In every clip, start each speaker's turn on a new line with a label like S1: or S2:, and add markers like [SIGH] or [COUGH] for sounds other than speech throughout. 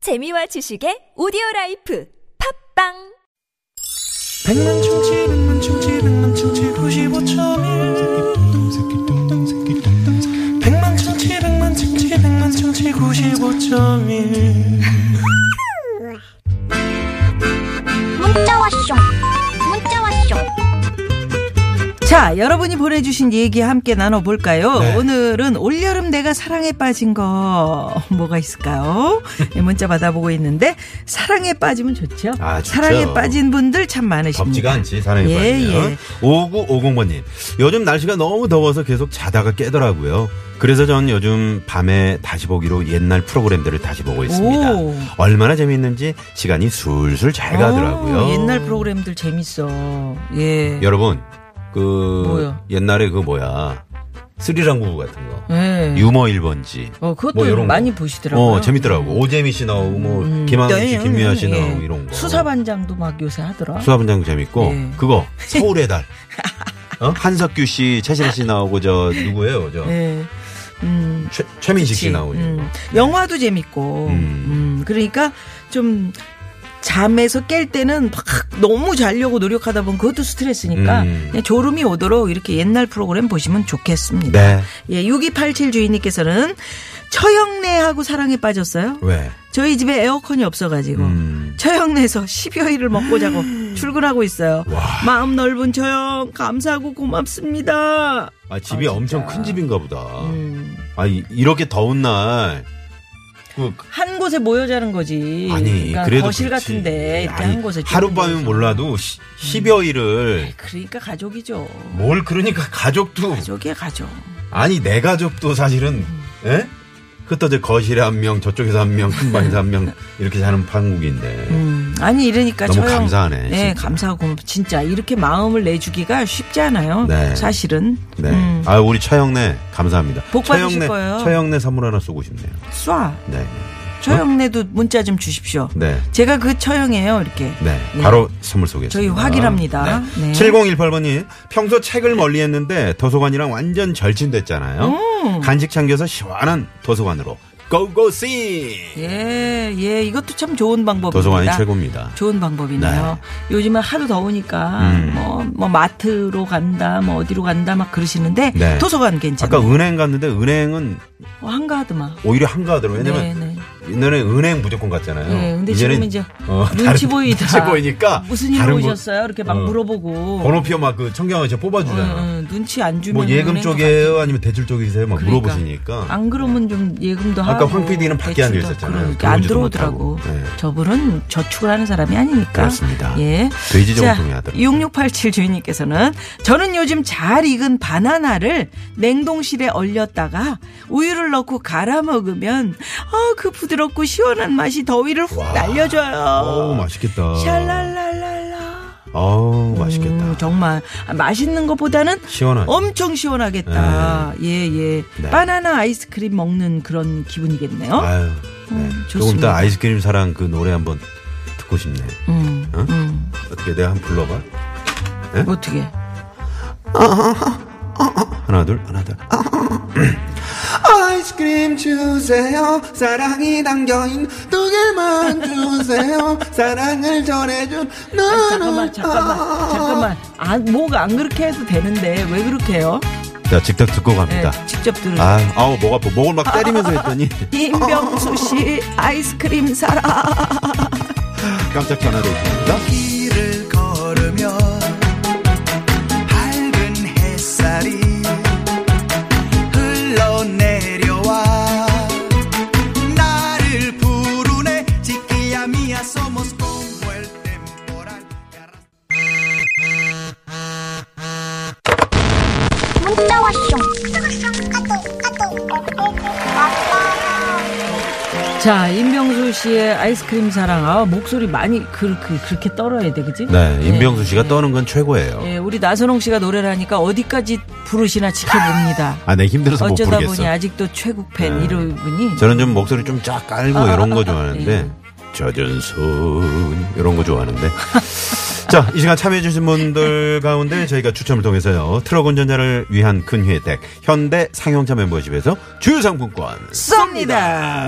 S1: 재미와 지식의 오디오 라이프 팝빵
S2: 백만 충치 백만 충치 백만 충치 95.1 백만 충치 백만 충치 백만 충치 95.1
S3: 문자 왔쇼 문자 왔쇼
S4: 자, 여러분이 보내주신 얘기 함께 나눠볼까요?
S2: 네.
S4: 오늘은 올여름 내가 사랑에 빠진 거 뭐가 있을까요? 예, 문자 받아보고 있는데 사랑에 빠지면 좋죠.
S5: 아, 좋죠.
S4: 사랑에 빠진 분들 참 많으십니다.
S5: 덥지가 않지 사랑에
S4: 예,
S5: 빠지면
S4: 예.
S5: 5950번님 요즘 날씨가 너무 더워서 계속 자다가 깨더라고요 그래서 전 요즘 밤에 다시 보기로 옛날 프로그램들을 다시 보고 있습니다
S4: 오.
S5: 얼마나 재미있는지 시간이 술술 잘 가더라고요
S4: 어, 옛날 프로그램들 재밌어. 예.
S5: 여러분 그
S4: 뭐요?
S5: 옛날에 그 뭐야 스리랑 부부 같은 거
S4: 예.
S5: 유머 1번지
S4: 어, 그것도
S5: 뭐 이런
S4: 많이
S5: 거.
S4: 보시더라고요.
S5: 어, 재밌더라고 오재미 씨 나오고 뭐
S4: 음.
S5: 김한국
S4: 예,
S5: 씨 김미아 씨
S4: 예.
S5: 나오고 이런 거
S4: 수사반장도 막 요새 하더라.
S5: 수화분장도 재밌고
S4: 예. [LAUGHS]
S5: 그거 서울의 달 어? 한석규 씨, 최진아 씨 나오고 저 누구예요? 저
S4: 예. 음.
S5: 최, 최민식
S4: 그치.
S5: 씨 나오고
S4: 음. 영화도 재밌고.
S5: 음.
S4: 음, 그러니까 좀 잠에서 깰 때는 막 너무 자려고 노력하다 보면 그것도 스트레스니까
S5: 음.
S4: 그냥 졸음이 오도록 이렇게 옛날 프로그램 보시면 좋겠습니다.
S5: 네.
S4: 예, 6287 주인님께서는 처형내하고 사랑에 빠졌어요.
S5: 왜?
S4: 저희 집에 에어컨이 없어가지고
S5: 음.
S4: 처형내에서 10여일을 먹고 자고 출근하고 있어요. 마음 넓은 처형 감사하고 고맙습니다.
S5: 아 집이
S4: 아, 진짜.
S5: 엄청 큰 집인가 보다.
S4: 음.
S5: 아 이- 이렇게 더운 날. 그,
S4: 한 곳에 모여 자는 거지.
S5: 아니
S4: 그러니까
S5: 그래도
S4: 거실
S5: 그렇지.
S4: 같은데 이렇게
S5: 아니,
S4: 한 곳에 모여서.
S5: 하룻밤이면 몰라도 시, 10여일을
S4: 그러니까 가족이죠.
S5: 뭘 그러니까 가족도
S4: 가족이야 음. 가족.
S5: 아니 내 가족도 사실은 예? 그것도 이제 거실에 한 명 저쪽에서 한 명 큰 방에서 한 명 이렇게 사는 판국인데
S4: 음, 아니 이러니까
S5: 너무
S4: 저요.
S5: 감사하네,
S4: 네,
S5: 진짜.
S4: 감사하고 진짜 이렇게 마음을 내주기가 쉽지 않아요.
S5: 네.
S4: 사실은.
S5: 네.
S4: 음,
S5: 아 우리 차영래 감사합니다.
S4: 복 받으실
S5: 차영래,
S4: 거예요.
S5: 차영래 선물 하나 쏘고 싶네요.
S4: 쏴.
S5: 네.
S4: 처형내도 문자 좀 주십시오.
S5: 네.
S4: 제가 그 처형이에요, 이렇게.
S5: 네.
S4: 네.
S5: 바로 선물 쏘겠습니다.
S4: 저희 확인합니다. 네.
S5: 7018번님 평소 책을 멀리했는데 도서관이랑 완전 절친됐잖아요.
S4: 음.
S5: 간식 챙겨서 시원한 도서관으로 고고씨.
S4: 예, 예, 이것도 참 좋은 방법입니다.
S5: 도서관이 최고입니다.
S4: 좋은 방법이네요. 요즘은 하도 더우니까
S5: 음.
S4: 뭐, 뭐 마트로 간다, 뭐 어디로 간다 막 그러시는데
S5: 네.
S4: 도서관 괜찮아요.
S5: 아까 은행 갔는데 은행은
S4: 어, 한가하더만.
S5: 오히려 한가하더라고요. 왜냐면
S4: 네, 네.
S5: 옛날에 은행 무조건 갔잖아요.
S4: 네, 근데
S5: 이제는,
S4: 지금 이제
S5: 어,
S4: 눈치
S5: 다른-
S4: 보이다.
S5: 눈치 보이니까
S4: 무슨 일
S5: 아, 다른 분-
S4: 보셨어요? 이렇게 막
S5: 어,
S4: 물어보고.
S5: 번호표 막 그 청경원 씨 뽑아주잖아.
S4: 응, 응, 눈치 안 주면
S5: 뭐 예금 쪽이에요 아니면 대출 쪽이세요 막
S4: 그러니까.
S5: 물어보시니까
S4: 안 그러면 좀 예금도 하고.
S5: 아까 황 PD는 밖에 앉아
S4: 대출도
S5: 있었잖아요.
S4: 하고 그러니까 안
S5: 들어오지도
S4: 들어오더라고.
S5: 못하고. 네.
S4: 저분은 저축을 하는 사람이 아니니까.
S5: 그렇습니다.
S4: 예.
S5: 돼지
S4: 자,
S5: 정통이 하더라고요.
S4: 6687 주인님께서는 저는 요즘 잘 익은 바나나를 냉동실에 얼렸다가 우유를 넣고 갈아 먹으면 아, 그 부드럽고 시원한 맛이 더위를 훅
S5: 아, 어우
S4: 날려줘요.
S5: 맛있겠다
S4: 샬랄랄랄라.
S5: 어우 맛있겠다
S4: 음, 정말 아, 맛있는 것보다는
S5: 시원하지
S4: 엄청 시원하겠다. 예, 예.
S5: 네.
S4: 바나나 아이스크림 먹는 그런 기분이겠네요.
S5: 아유 네.
S4: 음,
S5: 조금
S4: 좋습니다.
S5: 이따 아이스크림 사랑 그 노래 한번 듣고 싶네
S4: 음,
S5: 어?
S4: 음.
S5: 어떻게 내가 한번 불러봐
S4: 어떻게?
S5: 하나 둘 하나 둘 아,
S2: 아이스크림 주세요 사랑이 담겨있는 두 개만 주세요 사랑을 전해준
S4: 아니,
S2: 나는
S4: 잠깐만, 잠깐만, 잠깐만. 아, 뭐가 안 그렇게 해도 되는데 왜 그렇게 해요?
S5: 자 직접 듣고
S4: 예,
S5: 갑니다
S4: 직접 들으세요.
S5: 아, 아우 목 아파 목을 막 때리면서 했더니 [LAUGHS]
S4: 임병수 씨 아이스크림 사랑.
S5: 깜짝 전화도 있습니다
S6: 길을 걸으면 밝은 햇살이 흘러내려와 나를 부르네 지키야 미야 somos como el temporal
S3: 문자 왔쇼 까똑 까똑
S4: 자, 임병수 씨의 아이스크림 사랑. 아, 목소리 많이 그, 그, 그렇게 떨어야 돼, 그지?
S5: 네 임병수 씨가
S4: 예,
S5: 떠는 건 최고예요
S4: 예, 우리 나선홍 씨가 노래를 하니까 어디까지 부르시나 지켜봅니다.
S5: 아 내 힘들어서 못
S4: 어쩌다
S5: 부르겠어
S4: 보니 아직도 최국팬
S5: 네.
S4: 이러분이
S5: 저는 좀 목소리 좀 쫙 깔고 이런 거 좋아하는데
S4: 예.
S5: 젖은 손 이런 거 좋아하는데 [LAUGHS] 자 이 시간 참여해주신 분들 가운데 저희가 추첨을 통해서요 트럭 운전자를 위한 큰 혜택 현대 상용차 멤버십에서 주유상품권
S4: 쏩니다.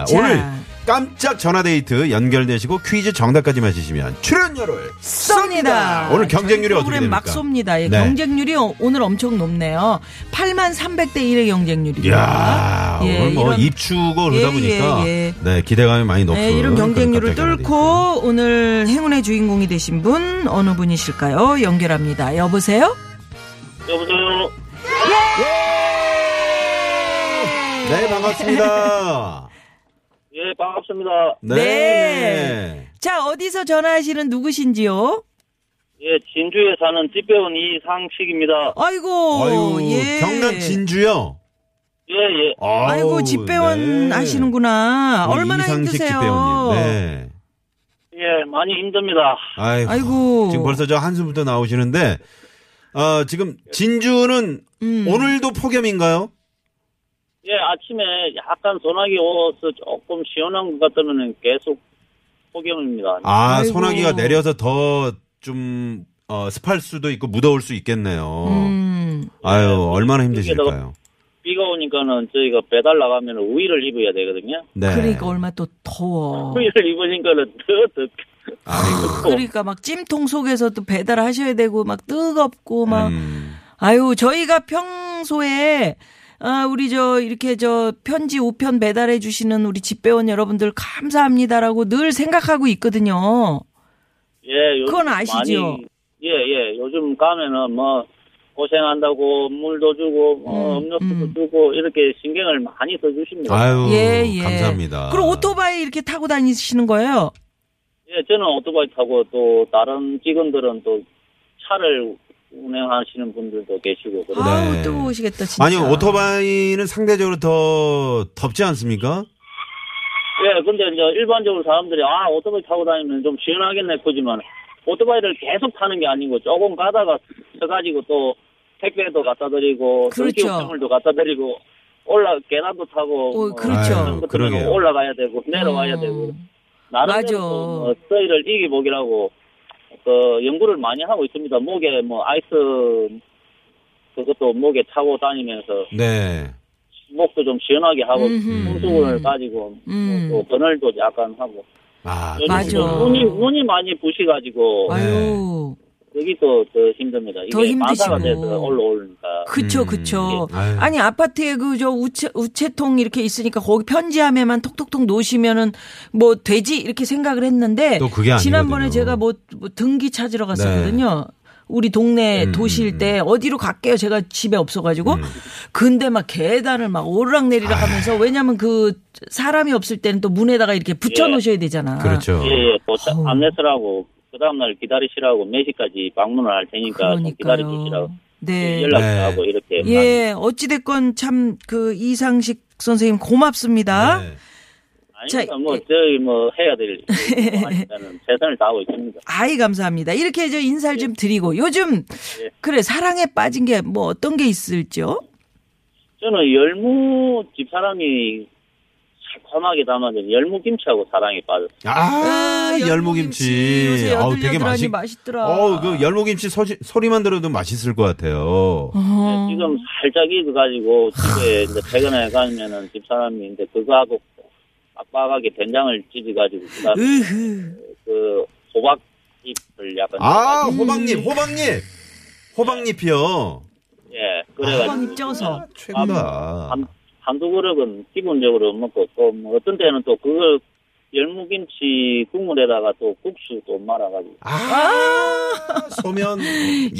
S5: 아,
S4: 자,
S5: 오늘 깜짝 전화데이트 연결되시고 퀴즈 정답까지 맞히시면 출연료를
S4: 쏩니다.
S5: 오늘 경쟁률이
S4: 저희
S5: 어떻게
S4: 프로그램 막
S5: 됩니까?
S4: 쏩니다. 예,
S5: 네.
S4: 경쟁률이 오- 오늘 엄청 높네요. 8만 300대 1의 경쟁률입니다.
S5: 이야
S4: 예,
S5: 오늘 뭐
S4: 이런-
S5: 입추고 그러다
S4: 예,
S5: 보니까
S4: 예, 예.
S5: 네 기대감이 많이 높은
S4: 네, 이런
S5: 그런 네.
S4: 경쟁률을
S5: 깜짝 전화데이트.
S4: 뚫고 오늘 행운의 주인공이 되신 분 어느 분이실까요? 연결합니다. 여보세요?
S7: 여보세요.
S5: 네
S4: [LAUGHS]
S5: 반갑습니다
S7: 예, 반갑습니다.
S5: 네,
S4: 네. 자, 어디서 전화하시는 누구신지요?
S7: 예, 진주에 사는 집배원 이상식입니다.
S4: 아이고,
S5: 아유
S4: 예.
S5: 경남 진주요
S7: 예, 예.
S4: 아이고,
S5: 아우,
S4: 집배원
S5: 네.
S4: 하시는구나.
S5: 우리
S4: 얼마나
S5: 이상식
S4: 힘드세요?
S5: 집배원님. 네.
S7: 예, 많이 힘듭니다.
S5: 아이고,
S4: 아이고.
S5: 지금 벌써 저 한숨부터 나오시는데 아 지금 진주는
S4: 음.
S5: 오늘도 폭염인가요?
S7: 예, 아침에 약간 소나기 와서 조금 시원한 것 같으면 계속 폭염입니다.
S5: 아
S4: 아이고.
S5: 소나기가 내려서 더 좀 어, 습할 수도 있고 무더울 수 있겠네요.
S4: 음.
S5: 아유 얼마나 힘드실까요?
S7: 비가 오니까는 저희가 배달 나가면 우위를 입어야 되거든요.
S5: 네.
S4: 그러니까 얼마 또
S5: 아.
S4: 더워.
S7: 우위를 입으니까는 [LAUGHS] 더 덥고.
S4: 그러니까 막 찜통 속에서 또 배달하셔야 되고 막 뜨겁고 막
S5: 음.
S4: 아유, 저희가 평소에 아, 우리 저 이렇게 저 편지 우편 배달해 주시는 우리 집배원 여러분들 감사합니다라고 늘 생각하고 있거든요.
S7: 예, 요즘
S4: 그건 아시죠?
S7: 많이, 예, 예. 요즘 가면은 뭐 고생한다고 물도 주고 뭐
S4: 음,
S7: 음료수도
S4: 음.
S7: 주고 이렇게 신경을 많이 써주십니다.
S5: 아유
S4: 예, 예.
S5: 감사합니다.
S4: 그럼 오토바이 이렇게 타고 다니시는 거예요?
S7: 예, 저는 오토바이 타고 또 다른 직원들은 또 차를 운행하시는 분들도 계시고 그래요.
S4: 아우, 뜨거우시겠다, 진짜.
S5: 네. 아니 오토바이는 상대적으로 더 덥지 않습니까?
S7: 예, 근데 이제 일반적으로 사람들이 아 오토바이 타고 다니면 좀 시원하겠네 그지만 오토바이를 계속 타는 게 아니고 조금 가다가 서가지고 또 택배도 갖다 드리고
S4: 그렇죠.
S7: 전기요금을도 갖다 드리고 올라 계단도 타고 뭐
S4: 어, 그렇죠.
S5: 아유, 그러게요.
S7: 올라가야 되고 내려와야
S4: 어.
S7: 되고 나름대로
S4: 맞아.
S7: 뭐 서희를 이기복이라고 그 연구를 많이 하고 있습니다. 목에 뭐 아이스 그것도 목에 차고 다니면서
S5: 네.
S7: 목도 좀 시원하게 하고
S4: 음흠.
S7: 풍수분을 가지고
S4: 음.
S7: 또 그늘도 약간 하고
S5: 아
S7: 요즘
S4: 맞아.
S7: 또 눈이 눈이 많이 부시가지고
S4: 아유,
S5: 네.
S7: 여기 또더 힘듭니다. 이게
S4: 더 힘드시고.
S7: 반사가 돼서 올라오니까
S4: 그쵸,
S5: 음.
S4: 그쵸.
S5: 아유.
S4: 아니, 아파트에 그, 저, 우체, 우체통 이렇게 있으니까 거기 편지함에만 톡톡톡 놓으시면은 뭐 되지? 이렇게 생각을 했는데.
S5: 또 그게 아니거든요.
S4: 지난번에 제가 뭐, 뭐 등기 찾으러 갔었거든요. 우리 동네
S5: 네. 음,
S4: 도시일
S5: 음,
S4: 때 어디로 갈게요. 제가 집에 없어가지고. 근데 막 계단을 막 오르락내리락 하면서 왜냐면 그 사람이 없을 때는 또 문에다가 이렇게
S7: 예.
S4: 붙여놓으셔야 되잖아.
S5: 그렇죠.
S7: 예예 보차
S4: 어우.
S7: 안내서라고 그 다음날 기다리시라고 몇 시까지 방문을 할 테니까 좀 그러니까 기다려주시라고 예,
S4: 그러니까요. 네.
S7: 연락도
S5: 네.
S7: 하고 이렇게 많이.
S4: 예, 어찌됐건 참 그 이상식 선생님 고맙습니다.
S5: 네.
S7: 아닙니다.
S4: 자,
S7: 뭐
S4: 예.
S7: 저희 뭐 해야
S4: [LAUGHS]
S7: 될 일이 많으니까는 최선을 다하고 있습니다.
S4: 아이 감사합니다. 이렇게 저 인사를 좀 드리고 요즘
S7: 예.
S4: 그래 사랑에 빠진 게 뭐 어떤 게 있을지요?
S7: 저는 열무 집사람이 새콤하게 담아준 열무 김치하고 사랑에 빠졌어요.
S5: 아,
S4: 아, 열무김치.
S5: 열무김치.
S4: 요새
S5: 어우,
S4: 여들여들하니
S5: 맛있-
S4: 맛있더라.
S5: 어우, 그 열무김치 소리만 들어도 맛있을 것 같아요.
S4: 어.
S7: 네, 지금 살짝 익어가지고 집에 이제 퇴근해 가면은 집사람이 이제 그거하고 빡빡하게 된장을 찢어가지고 그다음에
S4: 으흐.
S7: 그 호박잎을 약간
S5: 아,
S4: 음.
S7: 넣어가지고
S5: 호박잎, 호박잎. 호박잎이요.
S7: 예
S4: 호박잎
S7: 그래가지고
S4: 쪄서. 아.
S5: 최고다.
S7: 한, 한두 그릇은 기본적으로 먹고 또뭐 어떤 때는 또 그걸 열무김치 국물에다가 또 국수도 말아가지고
S5: 아,
S4: [LAUGHS]
S5: 소면.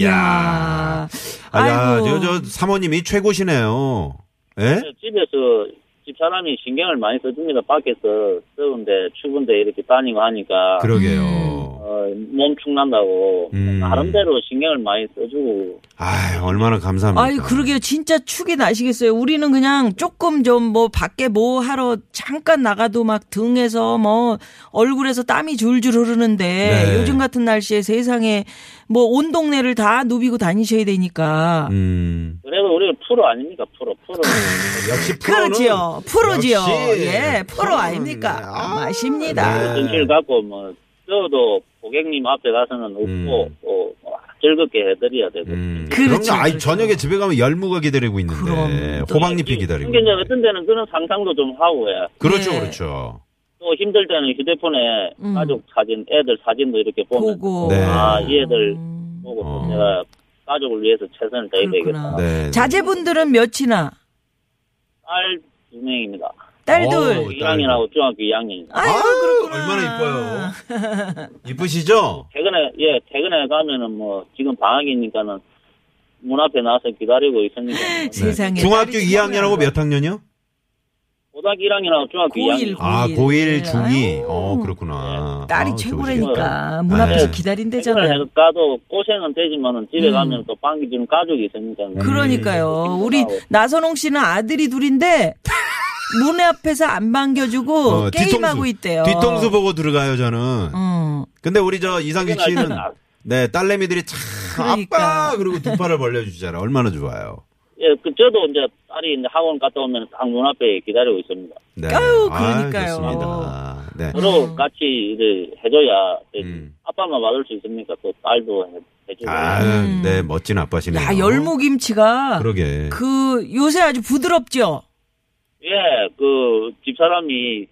S5: 야.
S4: 야.
S5: 아, 야,
S4: 아이고.
S5: 저, 저 사모님이 최고시네요. 예?
S7: 집에서 집사람이 신경을 많이 써줍니다 밖에서 더운데 추운데 이렇게 다니고 하니까
S5: 그러게요.
S4: 음.
S7: 어, 몸축 난다고
S5: 음.
S7: 나름대로 신경을 많이 써주고
S5: 아, 얼마나 감사합니다.
S4: 아이 그러게요. 진짜 축이 나시겠어요. 우리는 그냥 조금 좀 뭐 밖에 뭐 하러 잠깐 나가도 막 등에서 뭐 얼굴에서 땀이 줄줄 흐르는데
S5: 네.
S4: 요즘 같은 날씨에 세상에 뭐 온 동네를 다 누비고 다니셔야 되니까.
S5: 음.
S7: 그래도 우리는 프로 아닙니까 프로 프로
S5: 역시 프로는.
S4: 그러지요. 프로지요.
S5: 역시
S4: 예, 프로
S5: 프로는,
S4: 아닙니까?
S5: 아,
S4: 맛입니다.
S5: 네.
S7: 정신을 갖고 뭐 저도 고객님 앞에 가서는 웃고
S5: 음.
S7: 또뭐 즐겁게 해드려야 되고
S5: 음.
S4: 그렇죠,
S5: 그럼요. 아이
S4: 그렇죠.
S5: 저녁에 집에 가면 열무가 기다리고 있는데
S4: 그럼.
S5: 호박잎이 기다리고.
S7: 근데 이제
S5: 있는데.
S7: 어떤 데는 그런 상상도 좀 하고 해
S5: 그렇죠,
S4: 네.
S5: 그렇죠.
S7: 또 힘들 때는 휴대폰에
S4: 음.
S7: 가족 사진, 애들 사진도 이렇게 보면
S4: 보고.
S5: 네.
S7: 아, 이 애들
S4: 음.
S7: 보고
S5: 어.
S7: 내가 가족을 위해서 최선을 다해야
S4: 그렇구나.
S7: 되겠다.
S5: 네.
S4: 자제분들은 몇이나?
S7: 딸 두 명입니다.
S5: 어,
S4: 딸들.
S5: 딸.
S7: 1학년하고 중학교 2학년입니다.
S4: 아이고,
S5: 아유,
S4: 그렇구나. [LAUGHS]
S5: 얼마나 이쁘시죠?
S7: 퇴근에 예 퇴근에 가면은 뭐 지금 방학이니까는 문 앞에 나와서 기다리고
S4: [LAUGHS]
S7: 있으니까
S4: 네. 세상에.
S5: 중학교
S4: 딸이
S5: 2학년하고 몇 학년이요?
S7: 고등학교 1학년하고 중학교
S4: 고일.
S7: 2학년
S5: 아,
S4: 고일. 네.
S5: 고1, 중2.
S4: 아유.
S5: 어, 그렇구나.
S4: 딸이
S5: 아,
S4: 최고라니까.
S7: 좋으시겠다.
S4: 문 앞에서
S5: 네.
S7: 퇴근을
S4: 기다린대잖아요.
S7: 해서 가도 고생은 되지만은 집에
S4: 음.
S7: 가면 또 방귀 주는 가족이
S5: 음.
S7: 있으니까
S4: 그러니까요. 우리 나선홍 씨는 아들이
S5: [LAUGHS]
S4: 둘인데 문 앞에서 안 반겨주고
S5: 어,
S4: 게임하고 있대요.
S5: 뒤통수 보고 들어가요, 저는.
S4: 음.
S5: 근데 우리 저 이상규 씨는 네, 딸내미들이 참
S4: 그러니까.
S5: 아빠 그리고 두 팔을 벌려 주잖아요. 얼마나 좋아요.
S7: 예, 그 저도 이제 딸이 이제 학원 갔다 오면 딱 문 앞에 기다리고 있습니다.
S5: 네.
S4: 아유,
S5: 아,
S4: 그러니까요. 어.
S5: 좋습니다. 네.
S7: 서로
S4: 아.
S7: 같이 일을 해줘야 되지.
S5: 음.
S7: 아빠만 받을 수 있습니까? 또 딸도 해- 해주고
S5: 아,
S4: 음.
S5: 네, 멋진 아빠시네요.
S4: 야, 열무김치가
S5: 그러게.
S4: 그 요새 아주 부드럽죠.
S7: 예, 그 집사람이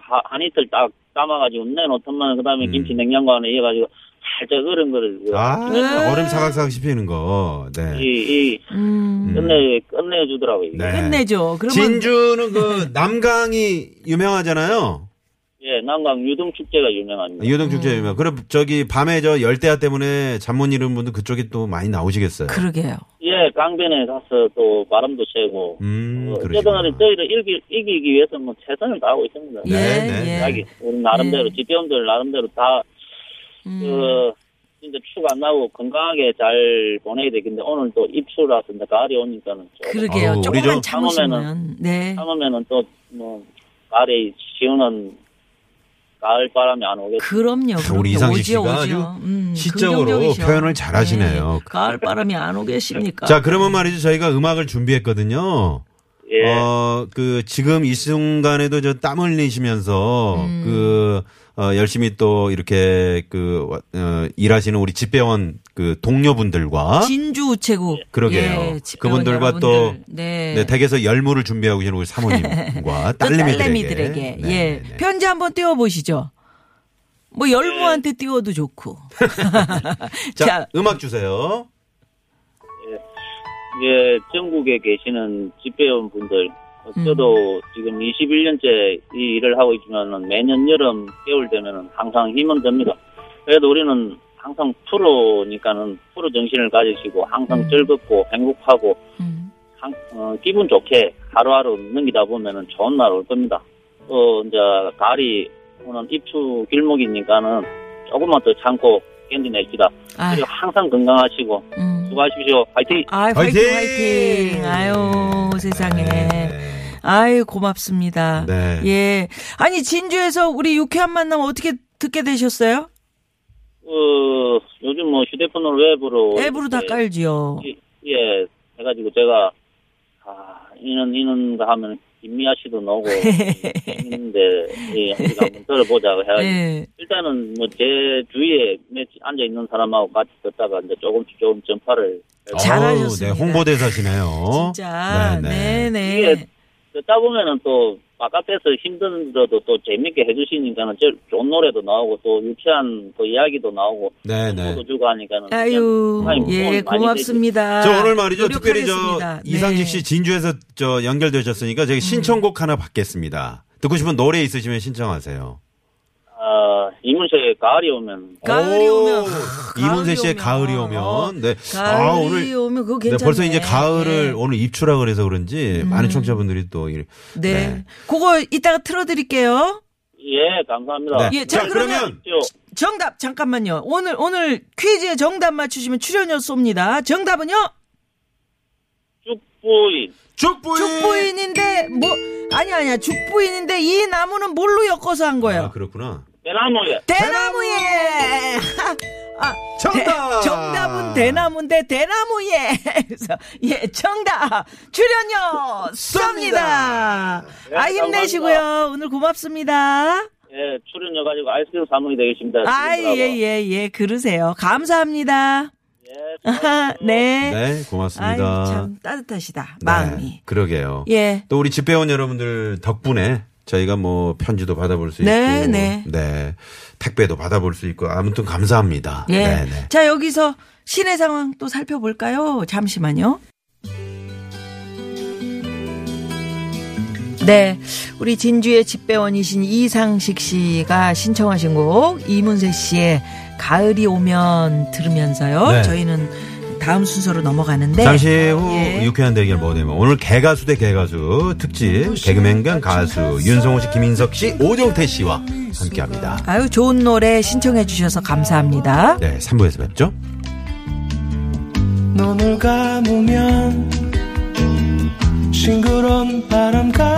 S7: 하- 한 이틀 딱 담아가지고 내놓더만 그다음에
S5: 음.
S7: 김치 냉장고 안에 이어가지고 살짝 얼은 거를
S5: 아,
S4: 네.
S5: 얼음 사각사각 씹히는 거. 네.
S4: 예.
S7: 이, 이
S4: 음.
S5: 음.
S7: 끝내 끝내주더라고요. 이게.
S5: 네.
S4: 끝내죠. 그러면
S5: 진주는 그 남강이 유명하잖아요.
S7: 예, 남강 유등 축제가 유명합니다.
S5: 유동
S4: 음.
S5: 축제 유명. 그럼 저기 밤에 저 열대야 때문에 잠 못 이루는 분들 그쪽에 또 많이 나오시겠어요.
S4: 그러게요.
S7: 예, 강변에 가서 또 바람도 쐬고.
S5: 음,
S7: 어,
S5: 그러시구나.
S7: 어쨌든 저희를 이기, 이기기 위해서 뭐 최선을 다하고 있습니다.
S4: 예,
S5: 네, 네,
S4: 예.
S7: 자기 우리 나름대로 지대원들 나름대로 다 그, 진짜 추가 안 나고 건강하게 잘 보내야 되겠는데 오늘 또 입추라서 이제 가을이 오니까는 좀
S4: 그러게요.
S5: 아우, 우리
S4: 조금만
S5: 좀
S4: 참으시면
S7: 참으면은-
S4: 네.
S7: 참으면은 또뭐 가을에 시원한 가을 바람이 안 오겠죠.
S4: 그럼요.
S5: 아,
S4: 그럼요.
S5: 우리 이상식
S4: 오지요,
S5: 씨가
S4: 오지요.
S5: 아주
S4: 음,
S5: 시적으로
S4: 긍정적이셔.
S5: 표현을 잘하시네요.
S4: 네. 가을 바람이 안 오겠습니까?
S5: 자, 그러면 말이죠. 저희가 음악을 준비했거든요.
S7: 예.
S5: 어, 그, 지금 이 순간에도 저 땀 흘리시면서,
S4: 음.
S5: 그, 어, 열심히 또 이렇게 그, 어, 일하시는 우리 집배원 그 동료분들과.
S4: 진주 우체국.
S5: 그러게요.
S4: 예, 집회원
S5: 그분들과 또,
S4: 여러분들. 네.
S5: 네, 댁에서 열무를 준비하고 계시는 우리 사모님과
S4: [LAUGHS] 또
S5: 딸내미들에게.
S4: 딸내미들에게.
S5: 네,
S4: 예.
S5: 네, 네.
S4: 편지 한번 띄워보시죠. 뭐 열무한테 띄워도 좋고.
S5: 자,
S4: 자,
S5: 음악 주세요.
S7: 예, 전국에 계시는 집배원분들, 어, 저도 지금 21년째 이 일을 하고 있지만은 매년 여름 겨울 되면은 항상 힘은 듭니다. 그래도 우리는 항상 프로니까는 프로 정신을 가지시고 항상 즐겁고 행복하고
S4: 음.
S7: 항- 어, 기분 좋게 하루하루 넘기다 보면은 좋은 날 올 겁니다. 또 이제 가을이 오는 입추 길목이니까는 조금만 더 참고 견디냅시다.
S4: 아,
S7: 그리고 항상 건강하시고
S4: 음.
S7: 수고하십시오. 화이팅!
S4: 아이,
S5: 화이팅!
S4: 화이팅, 화이팅. 아유, 세상에.
S5: 네.
S4: 아유, 고맙습니다.
S5: 네.
S4: 예. 아니, 진주에서 우리 유쾌한 만남 어떻게 듣게 되셨어요?
S7: 어, 요즘 뭐 휴대폰으로 웹으로
S4: 앱으로 다
S7: 이렇게,
S4: 깔지요.
S7: 이- 예 해가지고 제가 아 이는 이는가 하면 김미아 씨도
S4: [LAUGHS]
S7: 나오고 있는데 예, 우리가 한번 들어보자 해가지고
S4: 예.
S7: 일단은 뭐 제 주위에 앉아 있는 사람하고 같이 듣다가 이제 조금씩 조금 전파를 해서
S4: 잘하셨습니다.
S5: 아우, 네, 홍보대사시네요.
S4: 진짜. 네네.
S7: 이게 듣다 보면은 또 바깥에서 힘들어도 또 재밌게 해주시니까는 제 좋은 노래도 나오고 또 유쾌한 또 이야기도 나오고
S5: 네네.
S7: 도 주고 하니까는 그냥
S4: 아유,
S7: 많이
S4: 예,
S7: 도움이 많이
S4: 고맙습니다.
S5: 저 오늘 말이죠. 특별히
S4: 노력하겠습니다.
S5: 저
S4: 네. 음.
S5: 이상식 씨 진주에서 저 연결되셨으니까 저희 신청곡 하나 받겠습니다. 듣고 싶은 노래 있으시면 신청하세요.
S7: 아, 이문세의 가을이 오면
S4: 가을이
S5: 오,
S4: 오면.
S5: 이문세 씨의 가을이 오면. 네. 아, 오늘.
S4: 가을이 오면 그거
S5: 네,
S4: 괜찮네.
S5: 벌써 이제 가을을
S4: 예. 음.
S5: 오늘 입추라 그래서 그런지 많은 청취자분들이 또. 이-
S4: 네. 그거 이따가 틀어드릴게요.
S7: 예 감사합니다.
S5: 네.
S4: 예, 자, 그러면
S7: 저,
S4: 정답 잠깐만요. 오늘 오늘 퀴즈에 정답 맞추시면 출연료 쏩니다. 정답은요?
S7: 축구인
S5: 죽부인!
S4: 죽부인인데 뭐 아니 아니야 죽부인인데 이 나무는 뭘로 엮어서 한 거예요?
S5: 아, 그렇구나.
S7: 대나무에
S4: 대나무예. 아,
S5: 네, 정답!
S4: 대, 정답은 대나무인데 대나무예. 그래서 예 정답 출연료 쏩니다.
S7: 네,
S4: 아 힘내시고요. 오늘 고맙습니다. 아,
S7: 예, 출연료 가지고 아이스크림 사먹이 되겠습니다.
S4: 아예예 예, 예. 그러세요. 감사합니다.
S7: 예,
S4: 아하, [LAUGHS] 네.
S5: 네, 고맙습니다.
S4: 아유, 참 따뜻하시다
S5: 네,
S4: 마음이.
S5: 그러게요.
S4: 예.
S5: 또 우리 집배원 여러분들 덕분에 저희가 뭐 편지도 받아볼 수
S4: 네,
S5: 있고
S4: 네.
S5: 네. 택배도 받아볼 수 있고 아무튼 감사합니다.
S4: 예.
S5: 네, 네.
S4: 자, 여기서 시내 상황 또 살펴볼까요? 잠시만요. 네. 우리 진주의 집배원이신 이상식 씨가 신청하신 곡 이문세 씨의 가을이 오면 들으면서요.
S5: 네. 그
S4: 저희는 다음 순서로 넘어가는데
S5: 잠시 후
S4: 네. 예.
S5: 유쾌한 대결 뭐 되면 오늘 개가수 대 개가수
S4: 음,
S5: 특집 개그맨 겸 가수 윤성호 씨, 김인석 씨, 오정태 씨와 함께합니다.
S4: 아유 좋은 노래 신청해 주셔서 감사합니다.
S5: 네, 3부에서 뵙죠.
S2: 눈을 감으면 싱그러운 바람 같